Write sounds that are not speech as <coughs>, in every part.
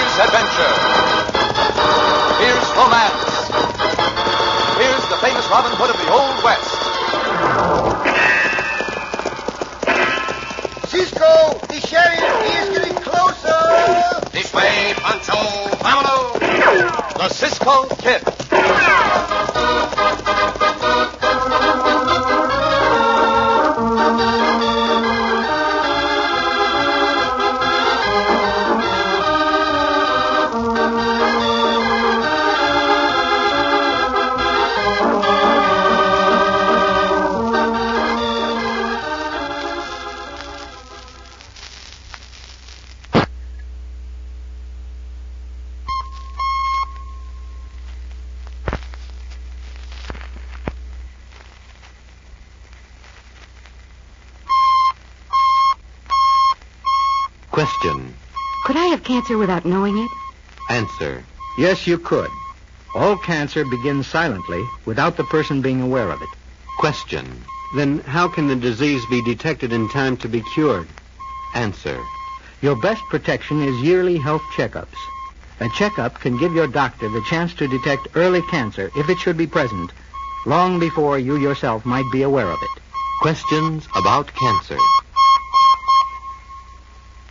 adventure. Here's romance. Here's the famous Robin Hood of the Old West. Cisco, the sheriff, he is getting closer. This way, Pancho. Vámonos. The Cisco Kid. Question. Could I have cancer without knowing it? Answer. Yes, you could. All cancer begins silently without the person being aware of it. Question. Then how can the disease be detected in time to be cured? Answer. Your best protection is yearly health checkups. A checkup can give your doctor the chance to detect early cancer if it should be present, long before you yourself might be aware of it. Questions about cancer.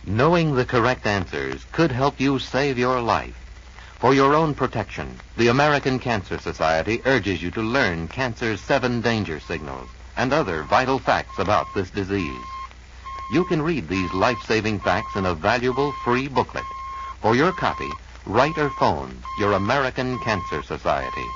Knowing the correct answers could help you save your life. For your own protection, the American Cancer Society urges you to learn cancer's seven danger signals and other vital facts about this disease. You can read these life-saving facts in a valuable free booklet. For your copy, write or phone your American Cancer Society.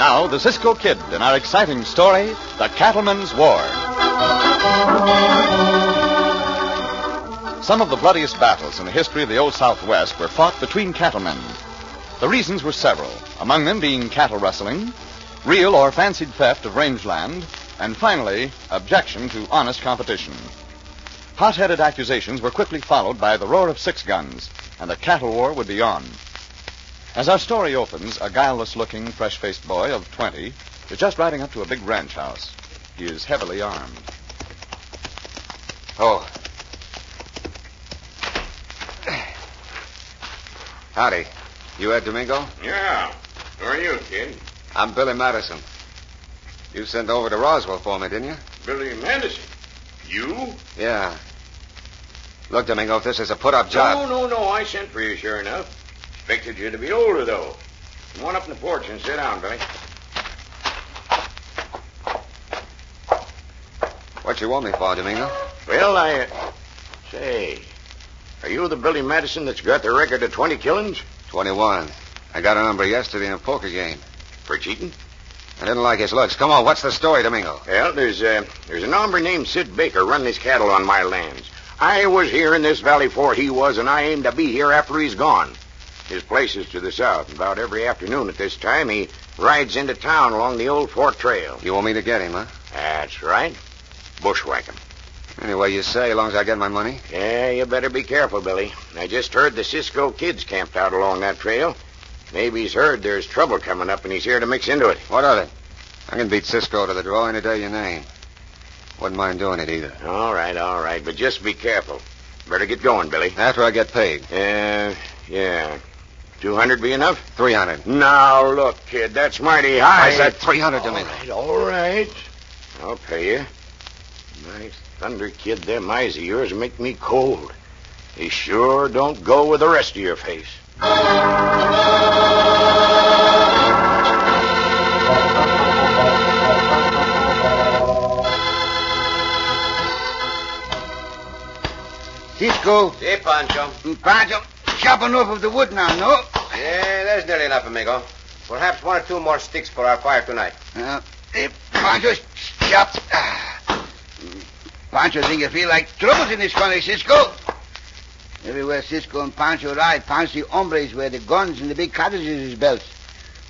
Now, the Cisco Kid in our exciting story, The Cattleman's War. Some of the bloodiest battles in the history of the Old Southwest were fought between cattlemen. The reasons were several, among them being cattle rustling, real or fancied theft of rangeland, and finally, objection to honest competition. Hot headed accusations were quickly followed by the roar of six guns, and the cattle war would be on. As our story opens, a guileless looking, fresh faced boy of 20 is just riding up to a big ranch house. He is heavily armed. <clears throat> Oh. Howdy. You Ed Domingo? Yeah. Who are you, kid? I'm Billy Madison. You sent over to Roswell for me, didn't you? Billy Madison. You? Yeah. Look, Domingo, if this is a put up job. No, no, no. I sent for you, sure enough. Expected you to be older, though. Come on up in the porch and sit down, Billy. What you want me for, Domingo? Well, I. uh, Say, are you the Billy Madison that's got the record of 20 killings? 21. I got a number yesterday in a poker game. For cheating? I didn't like his looks. Come on, what's the story, Domingo? Well, there's, uh, there's an hombre named Sid Baker running his cattle on my lands. I was here in this valley before he was, and I aim to be here after he's gone. His place is to the south. About every afternoon at this time, he rides into town along the old fort trail. You want me to get him, huh? That's right. Bushwhack him. Anyway, you say, as long as I get my money. Yeah, you better be careful, Billy. I just heard the Cisco kids camped out along that trail. Maybe he's heard there's trouble coming up and he's here to mix into it. What of it? I can beat Cisco to the draw any day you name. Wouldn't mind doing it either. All right, all right, but just be careful. Better get going, Billy. After I get paid. Uh, yeah. 200 be enough? 300. Now, look, kid, that's mighty high. I said 300, All Domingo. right, all right. I'll pay you. My thunder, kid, them eyes of yours make me cold. They sure don't go with the rest of your face. Cisco, Hey, Pancho. Pancho, sharp enough of the wood now, no? Yeah, there's nearly enough, amigo. Perhaps one or two more sticks for our fire tonight. Uh, Pancho, sharp. Ah. Pancho think you feel like troubles in this country, Cisco. Everywhere Cisco and Pancho ride, Pancho hombres wear the guns and the big cartridges in his belts.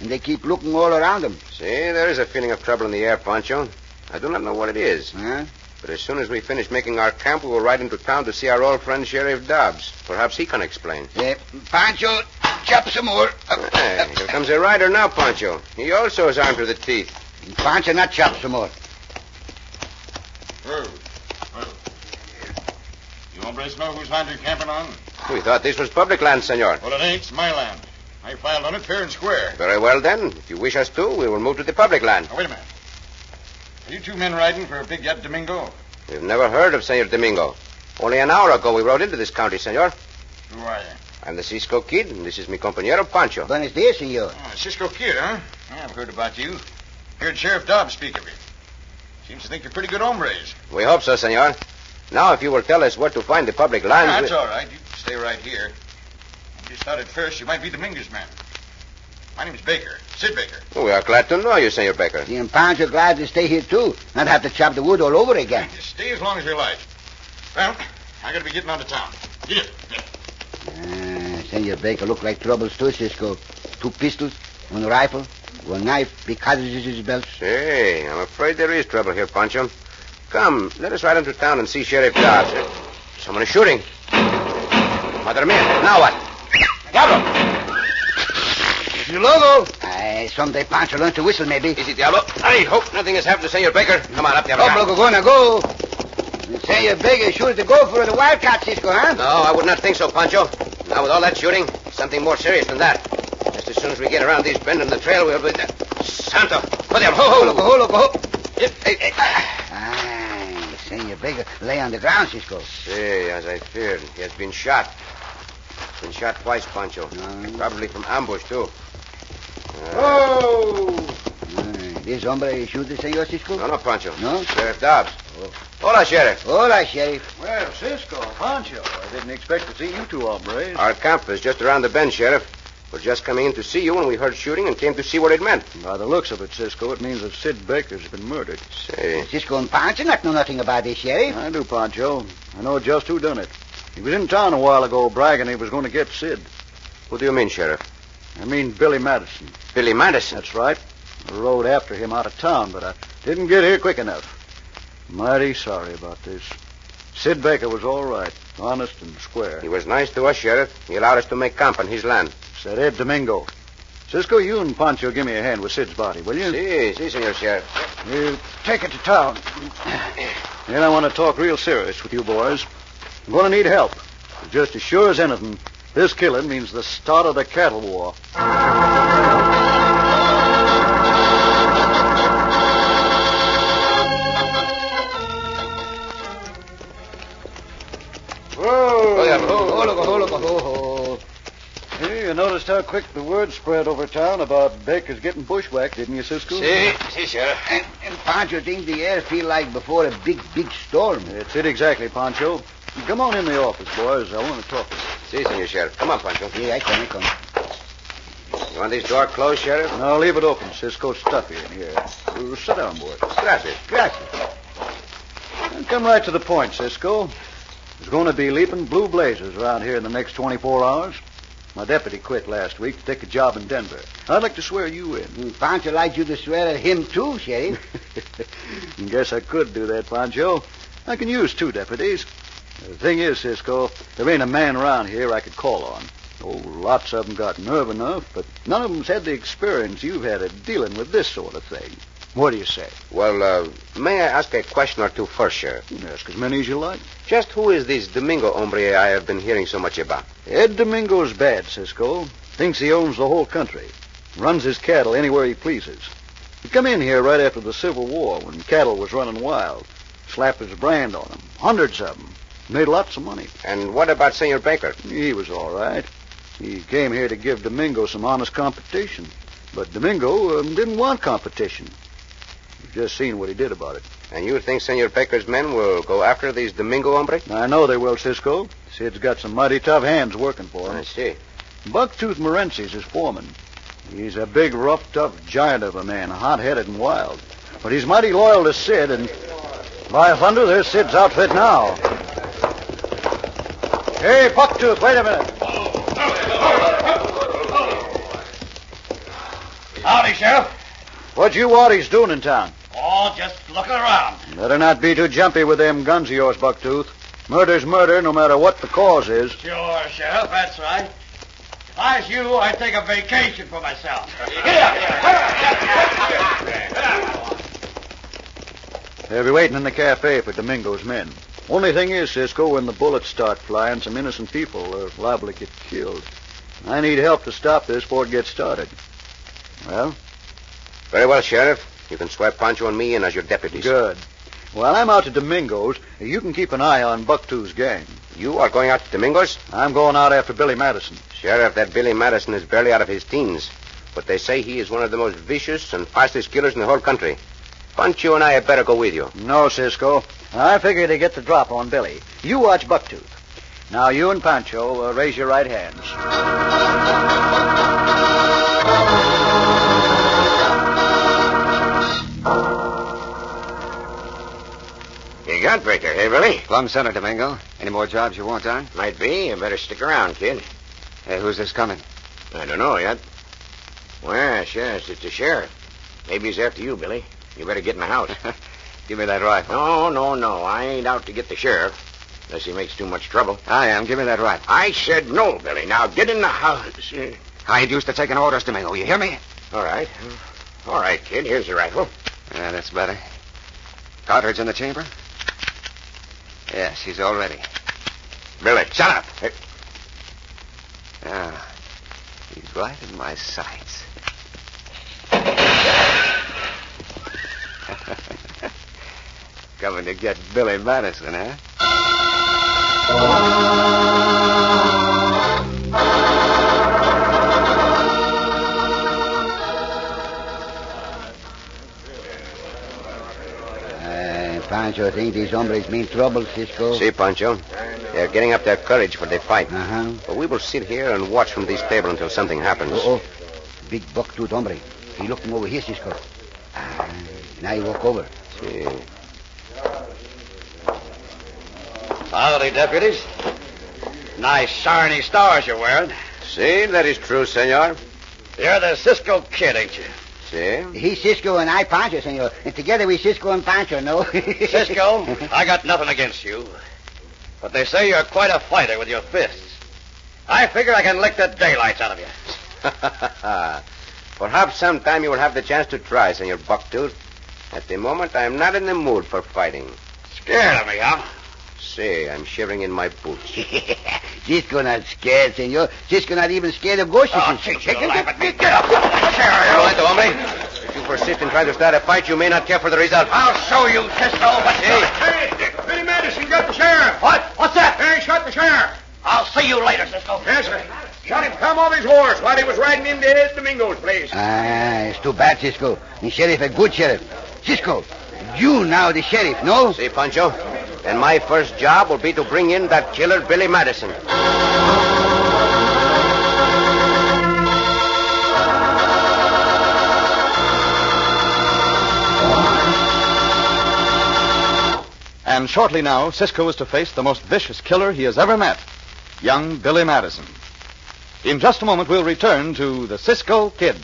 and they keep looking all around them. See, there is a feeling of trouble in the air, Pancho. I do not know what it is. Huh? But as soon as we finish making our camp, we will ride into town to see our old friend Sheriff Dobbs. Perhaps he can explain. Eh, Pancho, chop some more. Hey, here comes a rider now, Pancho. He also is armed to the teeth. Pancho, not chop some more. You hombres know whose land you're camping on? We thought this was public land, senor. Well, it ain't. It's my land. I filed on it fair and square. Very well, then. If you wish us to, we will move to the public land. Now, wait a minute. Are you two men riding for a big yet Domingo? We've never heard of Senor Domingo. Only an hour ago we rode into this county, senor. Who are you? I'm the Cisco Kid, and this is mi compañero Pancho. Buenos dias, senor. Oh, Cisco Kid, huh? I've heard about you. Heard Sheriff Dobbs speak of you. Seems to think you're pretty good hombres. We hope so, senor. Now, if you will tell us where to find the public land. Ah, that's we- all right. You can stay right here. I just thought at first you might be Domingo's man. My name's Baker. Sid Baker. Oh, We are glad to know you, senor Baker. See, and Pancho glad to stay here, too. Not have to chop the wood all over again. Just stay as long as you like. Well, I gotta be getting out of town. Get it. Yeah. Ah, senor Baker look like troubles, too, Cisco. Two pistols, one rifle, one knife, big cartridges in his belt. Say, I'm afraid there is trouble here, Pancho. Come, let us ride into town and see Sheriff Dobbs. Eh, Someone is shooting. Mother mia, now what? Diablo! Is it Logo? Uh, someday Pancho learn to whistle, maybe. Is it Diablo? I hope nothing has happened to Senor Baker. Come on, up, Diablo. Up, loco, gonna go. Senor Baker sure to go for the wildcat, Cisco, huh? No, I would not think so, Pancho. Now, with all that shooting, something more serious than that. Just as soon as we get around these bend in the trail, we'll be... Santo! Put them. Ho, ho, loco, ho, loco, ho. Yep, hey, hey. Aye, Senor Baker lay on the ground, Cisco. See, as I feared, he has been shot. Been shot twice, Pancho. Mm. Probably from ambush, too. Oh. Oh! Aye, this hombre shoot the Senor Cisco? Uh, No, Oh. no, Pancho. No? Sheriff Dobbs. Hola, Sheriff. Hola, Sheriff. Well, Cisco, Pancho, I didn't expect to see you two hombres. Our camp is just around the bend, Sheriff. We're just coming in to see you when we heard shooting and came to see what it meant. By the looks of it, Cisco, it means that Sid Baker's been murdered. Say, Cisco and Pancho not know nothing about this, eh? Sheriff. I do, Pancho. I know just who done it. He was in town a while ago bragging he was going to get Sid. what do you mean, Sheriff? I mean Billy Madison. Billy Madison. That's right. I rode after him out of town, but I didn't get here quick enough. Mighty sorry about this. Sid Baker was all right, honest and square. He was nice to us, Sheriff. He allowed us to make camp on his land. Said Ed Domingo. Cisco, you and Pancho give me a hand with Sid's body, will you? See, see, Senor Sheriff. You take it to town. Then I want to talk real serious with you boys. I'm going to need help. Just as sure as anything, this killing means the start of the cattle war. Oh, yeah. Oh, loco, oh, loco, ho, ho. Hey, you noticed how quick the word spread over town about Baker's getting bushwhacked, didn't you, Cisco? See, see, Sheriff. And, and Pancho think the air feel like before a big, big storm. That's it exactly, Pancho. Come on in the office, boys. I want to talk. with See, Senor Sheriff. Come on, Pancho. Here, I come, I come. You want this door closed, Sheriff? you. Now leave it open, Cisco. Stuffy in here. Uh, sit down, boy. Gracias. Gracias. And come right to the point, Cisco. There's going to be leaping blue blazes around here in the next 24 hours. My deputy quit last week to take a job in Denver. I'd like to swear you in. And Hmm, Pancho like you to swear at him, too, Sheriff. <laughs> Guess I could do that, Pancho. I can use two deputies. The thing is, Cisco, there ain't a man around here I could call on. Oh, lots of 'em got nerve enough, but none of 'em's had the experience you've had at dealing with this sort of thing. What do you say? Well, uh, may I ask a question or two first, Sheriff? You can ask as many as you like. Just who is this Domingo hombre I have been hearing so much about? Ed Domingo's bad, Cisco. Thinks he owns the whole country. Runs his cattle anywhere he pleases. He come in here right after the Civil War when cattle was running wild. Slapped his brand on 'em, Hundreds of 'em. Made lots of money. And what about Senor Baker? He was all right. He came here to give Domingo some honest competition. But Domingo um, didn't want competition. You've just seen what he did about it. And you think Senor Baker's men will go after these Domingo hombre? I know they will, Cisco. Sid's got some mighty tough hands working for I him. see. Bucktooth Morency's his foreman. He's a big, rough, tough giant of a man, hot-headed and wild. But he's mighty loyal to Sid, and by thunder, there's Sid's outfit now. Hey, Bucktooth, wait a minute. Sheriff? What you Waddies doing in town? Oh, just looking around. Better not be too jumpy with them guns of yours, Bucktooth. Murder's murder, no matter what the cause is. Sure, Sheriff, that's right. If I was you, I'd take a vacation for <laughs> myself. Get up, They'll be waiting in the cafe for Domingo's men. Only thing is, Cisco, when the bullets start flying, some innocent people are liable to get killed. I need help to stop this before it gets started. Well, Very well, Sheriff. You can swear Pancho and me in as your deputies. good. While I'm out to Domingo's, you can keep an eye on Bucktooth's gang. You are going out to Domingo's? I'm going out after Billy Madison. Sheriff, that Billy Madison is barely out of his teens. But they say he is one of the most vicious and fastest killers in the whole country. Pancho and I had better go with you. No, Cisco. I figure they get the drop on Billy. You watch Bucktooth. Now, you and Pancho uh, raise your right hands. You got Baker, hey, Billy? Plum Center, Domingo. Any more jobs you want, Don? Might be. You better stick around, kid. Hey, who's this coming? I don't know yet. Well, yes, it's the sheriff. Maybe he's after you, Billy. You better get in the house. <laughs> Give me that rifle. no, no, no. I ain't out to get the sheriff. Unless he makes too much trouble. I am. Give me that rifle. I said no, Billy. Now get in the house. I ain't used to taking orders, Domingo. You hear me? All right. All right, kid. Here's the rifle. Yeah, that's better. Cartridge in the chamber? Yes, he's all ready. Billy, shut up. Ah, he's right in my sights. <laughs> Coming to get Billy Madison, huh? Uh, Pancho think these hombres mean trouble, Cisco. See, Pancho. They're getting up their courage for the fight. Uh-huh. But we will sit here and watch from this table until something happens. Uh-oh. Oh, Big bucktooth hombre. He looking over here, Cisco. Ah, now he walk over. See. Howdy, deputies. Nice shiny stars you're wearing. See, that is true, senor. You're the Cisco kid, ain't you? See? He Cisco and I Pancho, senor. And together we Cisco and Pancho, no? <laughs> Cisco, I got nothing against you. But they say you're quite a fighter with your fists. I figure I can lick the daylights out of you. <laughs> Perhaps sometime you will have the chance to try, Senor Bucktooth. At the moment, I am not in the mood for fighting. Scared of me, huh? See, I'm shivering in my <laughs> boots. Cisco not scared, senor. Cisco not even scared of ghosts. Oh, take your life at me. Get up. Carry on. Adelante, hombre. If you persist in trying to start a fight, you may not care for the result. I'll show you, Cisco. What's hey. hey, Billy Madison got the sheriff. What? What's that? Hey, shot the sheriff. I'll see you later, Cisco. Yes, sir. Shot him come off his horse while he was riding into his Domingo's place. Ah, it's too bad, Cisco. The sheriff, a good sheriff. Cisco, you now the sheriff, no? See, Pancho? And my first job will be to bring in that killer, Billy Madison. And shortly now, Cisco is to face the most vicious killer he has ever met, young Billy Madison. In just a moment, we'll return to the Cisco Kid.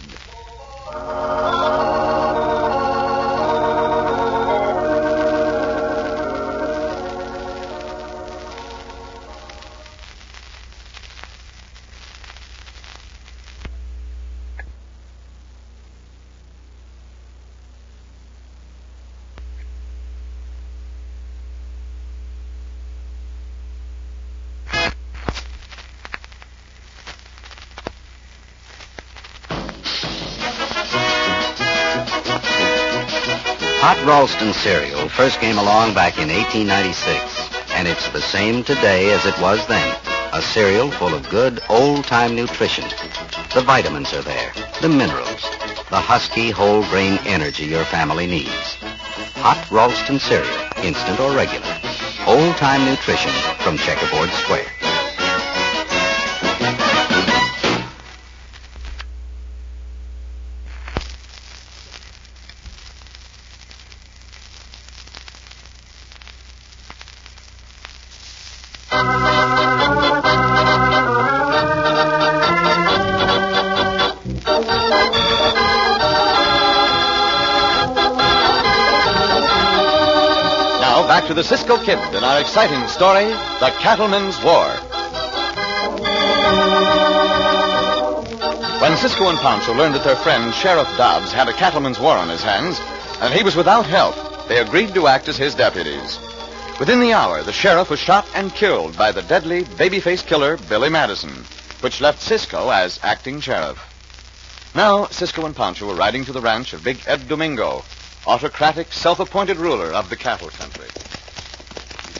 Hot Ralston cereal first came along back in 1896, and it's the same today as it was then. A cereal full of good old-time nutrition. The vitamins are there, the minerals, the husky whole grain energy your family needs. Hot Ralston cereal, instant or regular. Old-time nutrition from Checkerboard Square. after the Cisco Kid in our exciting story, The Cattlemen's War. When Cisco and Pancho learned that their friend Sheriff Dobbs had a cattleman's war on his hands, and he was without help, they agreed to act as his deputies. Within the hour, the sheriff was shot and killed by the deadly babyface killer Billy Madison, which left Cisco as acting sheriff. Now, Cisco and Pancho were riding to the ranch of Big Ed Domingo, autocratic, self-appointed ruler of the cattle country.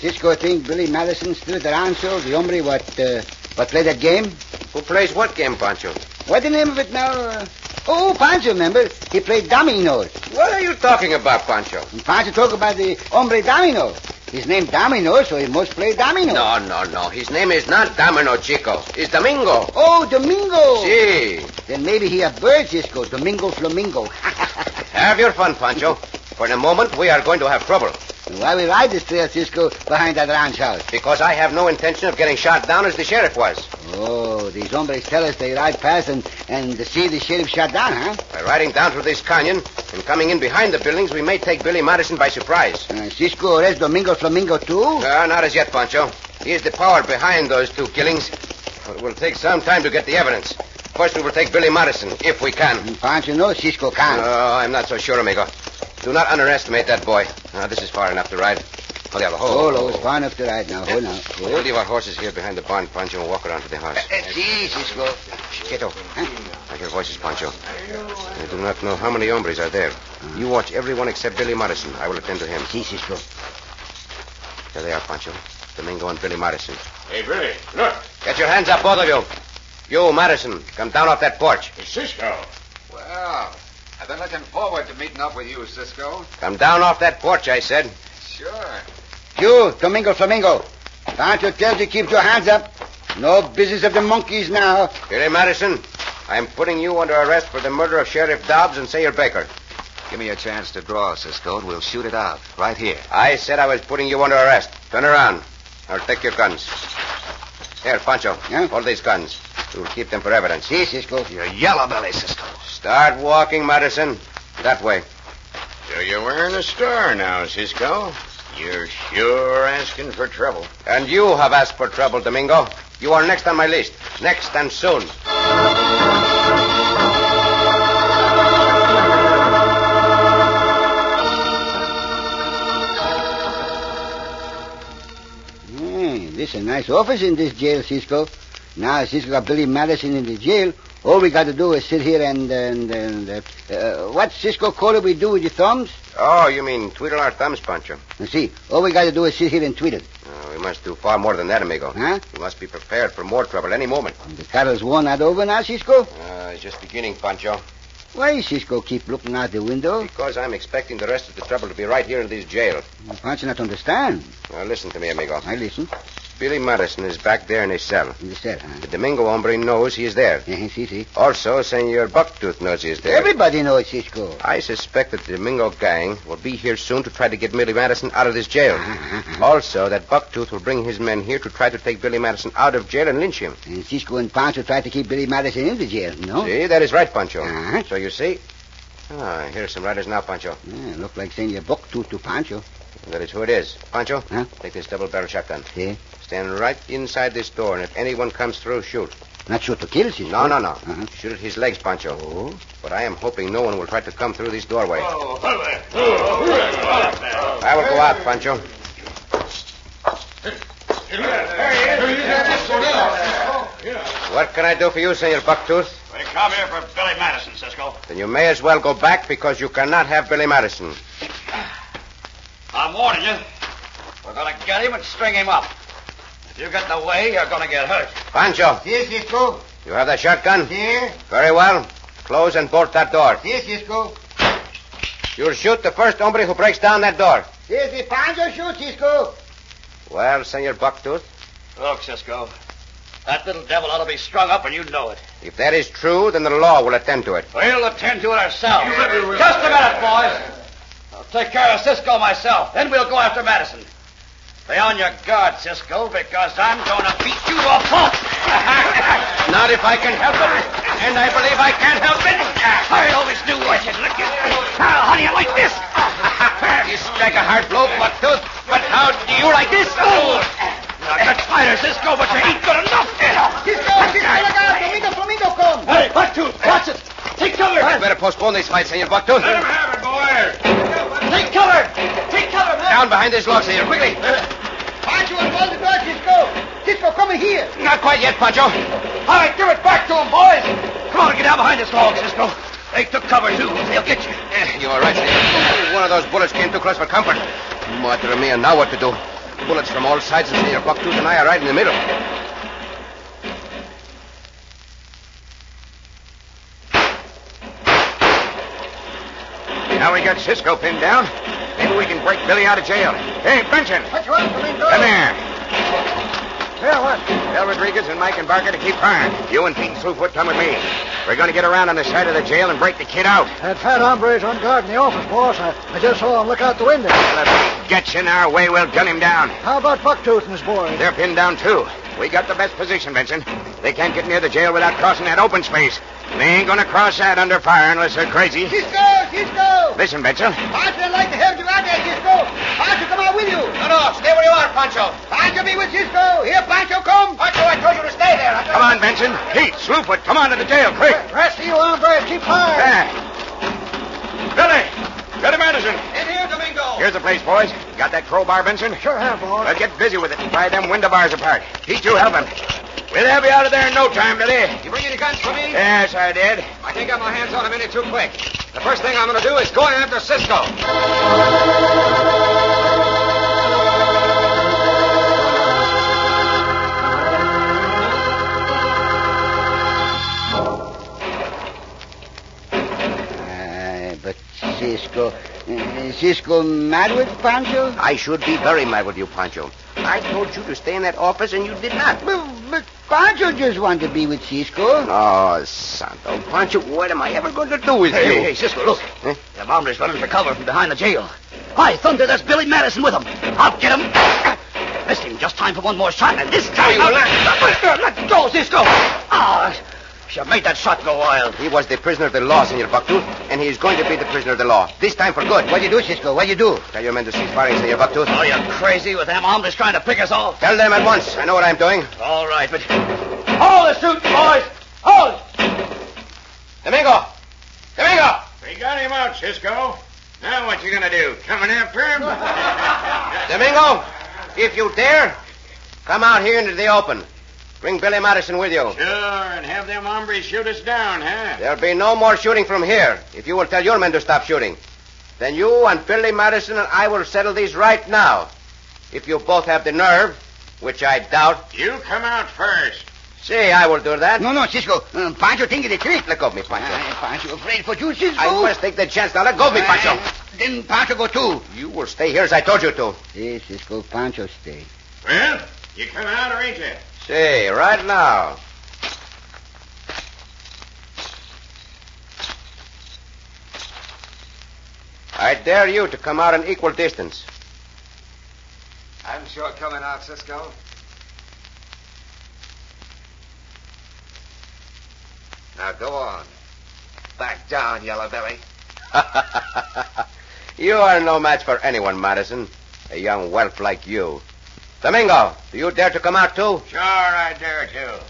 Cisco think Billy Madison stood the rancho, the hombre what, uh, what played that game? Who plays what game, Pancho? What the name of it now? Uh, oh, Pancho, remember? He played dominoes. What are you talking about, Pancho? And Pancho talk about the hombre domino. His name Domino, so he must play domino. No, no, no. His name is not Domino, Chico. It's Domingo. Oh, Domingo. See. Si. Then maybe he a bird, Cisco. Domingo Flamingo. <laughs> have your fun, Pancho. For the moment, we are going to have trouble. Why we ride this trail, Cisco, behind that ranch house? Because I have no intention of getting shot down as the sheriff was. Oh, these hombres tell us they ride past and, and see the sheriff shot down, huh? By riding down through this canyon and coming in behind the buildings, we may take Billy Madison by surprise. Uh, Cisco arrest Domingo Flamingo, too? Uh, not as yet, Pancho. He is the power behind those two killings. But it will take some time to get the evidence. First, we will take Billy Madison, if we can. Pancho knows Cisco can. No, I'm not so sure, amigo. Do not underestimate that boy. Now, this is far enough to ride. Hold on, hold. Hold, it's far Oh, enough to ride now. Hold now. Hold. We'll leave our horses here behind the barn, Pancho, and walk around to the house. Eh, Jesus, go. Chiquito, huh? I hear voices, Pancho. I do not know how many hombres are there. You watch everyone except Billy Madison. I will attend to him. Jesus, go. There they are, Pancho. Domingo and Billy Madison. Hey, Billy, look. Get your hands up, both of you. You, Madison, come down off that porch. It's Cisco. Well, I've been looking forward to meeting up with you, Cisco. Come down off that porch, I said. Sure. You, Domingo Flamingo. Pancho tells you keep your hands up. No business of the monkeys now. Billy Madison, I'm putting you under arrest for the murder of Sheriff Dobbs and Sayer Baker. Give me a chance to draw, Cisco, and we'll shoot it out right here. I said I was putting you under arrest. Turn around. I'll take your guns. Here, Pancho. Yeah? Hold these guns. We'll keep them for evidence. See, si, Cisco. You're yellow belly, Cisco. Start walking, Madison. That way. So you're wearing a star now, Cisco. You're sure asking for trouble. And you have asked for trouble, Domingo. You are next on my list. Next and soon. Mm, this is a nice office in this jail, Cisco. Now, since we got Billy Madison in the jail, all we got to do is sit here and and, and uh, uh, what Cisco Cola we do with your thumbs? Oh, you mean twiddle our thumbs, Pancho? You see, all we got to do is sit here and twiddle. Oh, we must do far more than that, amigo. Huh? We must be prepared for more trouble any moment. And the cattle's war not over now, Cisco. Uh, it's just beginning, Pancho. Why, Cisco, keep looking out the window? Because I'm expecting the rest of the trouble to be right here in this jail. Well, Pancho not understand. Now, listen to me, amigo. I listen. Billy Madison is back there in his cell. In the cell, huh? <laughs> The Domingo hombre knows he is there. Uh-huh, see, see. Also, Senor Bucktooth knows he is there. Everybody knows Cisco. I suspect that the Domingo gang will be here soon to try to get Billy Madison out of this jail. Uh-huh. Also, that Bucktooth will bring his men here to try to take Billy Madison out of jail and lynch him. And Cisco and Pancho try to keep Billy Madison in the jail, no? See, that is right, Pancho. Uh-huh. So you see... Ah, here are some riders now, Pancho. Yeah, look like Senor Bucktooth to Pancho. That is who it is. Pancho, huh? take this double-barrel shotgun. See? Stand right inside this door, and if anyone comes through, shoot. Not shoot to kill, Cisco. No, no, no. Uh-huh. Shoot at his legs, Pancho. Oh. But I am hoping no one will try to come through this doorway. Oh, hello there. Oh, hello there. I will go out, Pancho. What can I do for you, Senor Bucktooth? We come here for Billy Madison, Cisco. Then you may as well go back because you cannot have Billy Madison. I'm warning you. We're going to get him and string him up. If you get in the way, you're going to get hurt. Pancho. Yes, si, Cisco. You have the shotgun? Here. Si. Very well. Close and bolt that door. Yes, si, Cisco. You'll shoot the first hombre who breaks down that door. Yes, the Pancho shoot, Cisco. Well, Senor Bucktooth? Look, Cisco. That little devil ought to be strung up, and you know it. If that is true, then the law will attend to it. We'll attend to it ourselves. Just a minute, boys. I'll take care of Cisco myself. Then we'll go after Madison. Stay on your guard, Cisco, because I'm going to beat you to a pulp. <laughs> Not if I can help it. And I believe I can help it. I always knew I should look at. How do you like this? <laughs> You strike a hard blow, but tooth. But how do you like this? Oh! Now get tighter, Cisco, but you ain't good enough. Cisco, Look out, Flamingo, Flamingo come. Hey, Bucktooth, watch it. Take cover. You better postpone these fights, Senor Bucktooth. Let him have it, boy. Take cover. Take cover, man. Down behind this log, Senor, quickly. Pancho, unfold the door, Cisco. Cisco, come in here. Not quite yet, Pancho. All right, give it back to him, boys. Come on, get down behind this log, Cisco. They took cover, too. They'll get you. Eh, You are right, Senor. One of those bullets came too close for comfort. Madre mia, now what to do? Bullets from all sides, and Senor Bucktooth and I are right in the middle. Now we got Cisco pinned down. Maybe we can break Billy out of jail. Hey, Benson! What you want, Flamingo? Come here. Yeah, what? Tell Rodriguez and Mike and Barker to keep firing. You and Pete and Slewfoot come with me. We're going to get around on the side of the jail and break the kid out. That fat hombre's on guard in the office, boss. I, I just saw him look out the window. Gets in our way, we'll gun him down. How about Bucktooth and his boys? They're pinned down, too. We got the best position, Benson. They can't get near the jail without crossing that open space. They ain't going to cross that under fire unless they're crazy. Cisco, Cisco. Listen, Benson. Pancho would like to help you out there, Cisco. Pancho, come out with you. No, no, stay where you are, Pancho. Pancho, be with Cisco. Here, Pancho, come. Pancho, I told you to stay there. Come on, Benson. Pete, Slewfoot, come on to the jail, quick. Rest of you hombres, keep firing. Yeah. Billy! Billy Madison! In here, Domingo. Here's the place, boys. Got that crowbar, Benson? Sure have, boss. Well, get busy with it and pry them window bars apart. Pete, you help him. We'll have you out of there in no time, Billy. You bring any guns for me? Yes, I did. I can't get my hands on him any too quick. The first thing I'm going to do is go after Cisco. Ah, but Cisco, uh, Cisco mad with Pancho? I should be very mad with you, Pancho. I told you to stay in that office, and you did not. But, but Pancho just want to be with Cisco. Oh, Santo Pancho, what am I ever going to do with Hey, you? hey, hey, Cisco, look. Huh? The bomber's running for cover from behind the jail. Hi, Thunder, there's Billy Madison with him. I'll get <coughs> him. Missed him just time for one more shot, and this time... Hey, I'll... relax. Let go, Cisco. Ah, you made that shot go wild. He was the prisoner of the law, Senor Bucktooth, and he is going to be the prisoner of the law. This time for good. What you do, Cisco? What you do? Tell your men to cease firing, Senor Bucktooth. Are you Oh, crazy with them hombres trying to pick us off? Tell them at once. I know what I'm doing. All right, but... Hold the suit, boys! Hold! Domingo! Domingo! We got him out, Cisco. Now what you gonna do? Coming after <laughs> him? Domingo! If you dare, come out here into the open. Bring Billy Madison with you. sure, and have them hombres shoot us down, huh? There'll be no more shooting from here if you will tell your men to stop shooting. Then you and Billy Madison and I will settle these right now. If you both have the nerve, which I doubt. You come out first. Say, I will do that. No, no, Cisco. Um, Pancho think it's a trick. Let go of me, uh, Pancho. Ah, Pancho afraid for you, Cisco. Uh, I must take the chance. Now let go of me, Pancho. Then Pancho go too. You will stay here as I told you to. Yes, Cisco, Pancho stay. Well, you come out or ain't you? Say, right now. I dare you to come out an equal distance. I'm sure coming out, Cisco. Now go on. Back down, Yellow Belly. <laughs> you are no match for anyone, Madison. A young whelp like you. Domingo, do you dare to come out too? Sure, I dare to.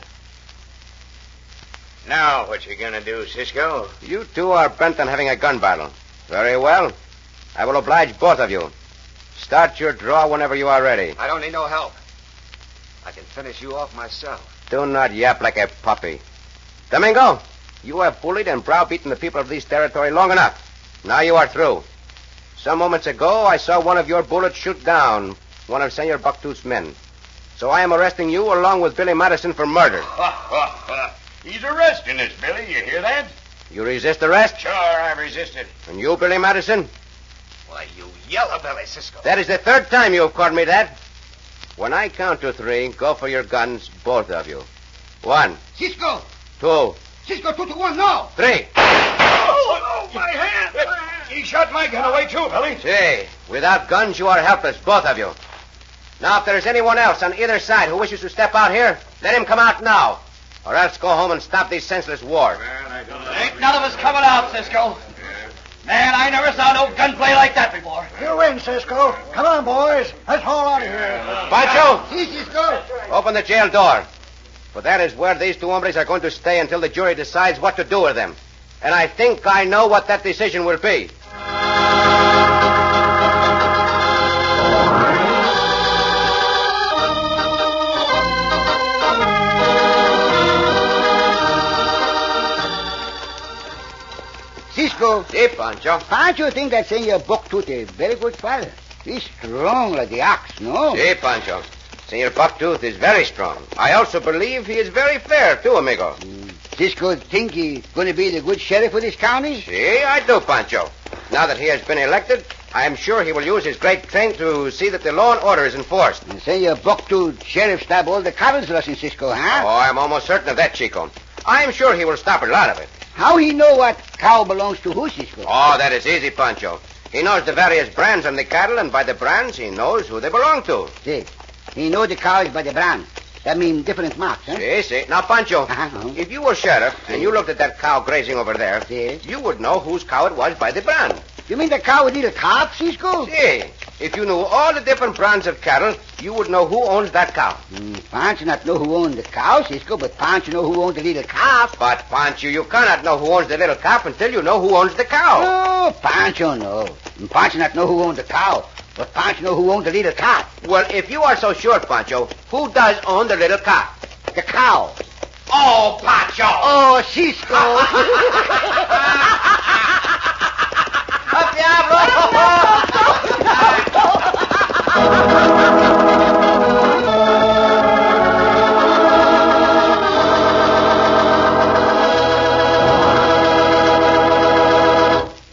Now what you gonna do, Cisco? You two are bent on having a gun battle. Very well. I will oblige both of you. Start your draw whenever you are ready. I don't need no help. I can finish you off myself. Do not yap like a puppy. Domingo, you have bullied and browbeaten the people of this territory long enough. Now you are through. Some moments ago, I saw one of your bullets shoot down one of Senor Bucktooth's men. So I am arresting you along with Billy Madison for murder. <laughs> He's arresting us, Billy. You hear that? You resist arrest? Sure, I resisted. And you, Billy Madison? Why, you yellow belly, Cisco. That is the third time you have called me that. When I count to three, go for your guns, both of you. One, Cisco, two, Cisco, two to one now. three. Oh, oh, my hand! He shot my gun away, too, Billy. Say, without guns, you are helpless, both of you. Now, if there is anyone else on either side who wishes to step out here, let him come out now, or else go home and stop this senseless war. Well, I don't Ain't none of us coming out, Cisco. Man, I never saw no gunplay like that before. You win, Cisco. Come on, boys. Let's haul out of here. Pancho! Si, Cisco. Open the jail door. For that is where these two hombres are going to stay until the jury decides what to do with them. And I think I know what that decision will be. Cisco. Hey, Pancho. Pancho think that Senor Bucktooth a very good father. He's strong like the ox, no? Hey, Pancho. Senor Bucktooth is very strong. I also believe he is very fair, too, amigo. Mm. Cisco think he going to be the good sheriff of this county? See, I do, Pancho. Now that he has been elected, I am sure he will use his great strength to see that the law and order is enforced. And Senor Bucktooth sheriff stab all the cowards lost in Cisco, huh? Oh, I'm almost certain of that, Chico. I am sure he will stop a lot of it. How he know what cow belongs to who, Cisco? Oh, that is easy, Pancho. He knows the various brands on the cattle, and by the brands, he knows who they belong to. See, he know the cow is by the brand. That means different marks, huh? See, see. Now, Pancho, Uh-huh. if you were sheriff and you looked at that cow grazing over there, Yes. you would know whose cow it was by the brand. You mean the cow with little calf, Cisco? See, if you knew all the different brands of cattle, you would know who owns that cow. Mm, Pancho not know who owned the cow, Cisco, but Pancho know who owned the little calf. But, Pancho, you cannot know who owns the little calf until you know who owns the cow. No, Oh, Pancho no. And Pancho not know who owned the cow, but Pancho know who owned the little calf. Well, if you are so sure, Pancho, who does own the little calf? The cow. Oh, Pancho. Oh, Cisco.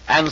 And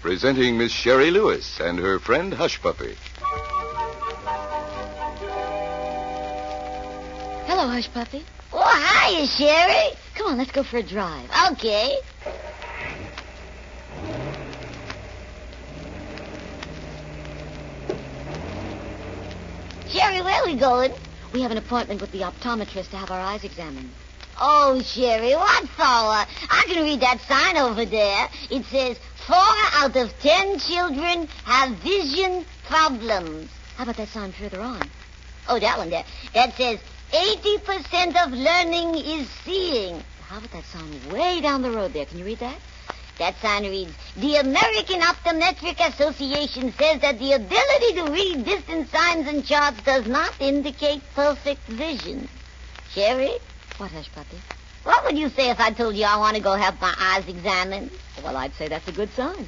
Presenting Miss Sherry Lewis and her friend Hush Puppy. Hello, Hush Puppy. Oh, hiya, Sherry. Come on, let's go for a drive. Okay. Sherry, where we going? We have an appointment with the optometrist to have our eyes examined. Oh, Sherry, what for? I can read that sign over there. It says, four out of ten children have vision problems. How about that sign further on? Oh, that one there. That says, 80% of learning is seeing. How about that sign way down the road there? Can you read that? That sign reads, The American Optometric Association says that the ability to read distant signs and charts does not indicate perfect vision. Sherry, What, Hush Puppy? what would you say if I told you I want to go have my eyes examined? Well, I'd say that's a good <laughs> sign.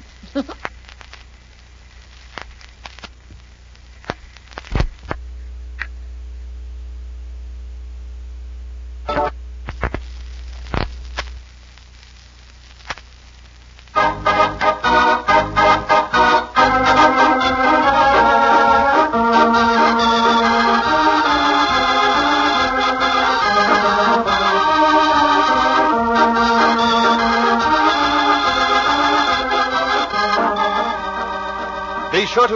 Be sure to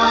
you.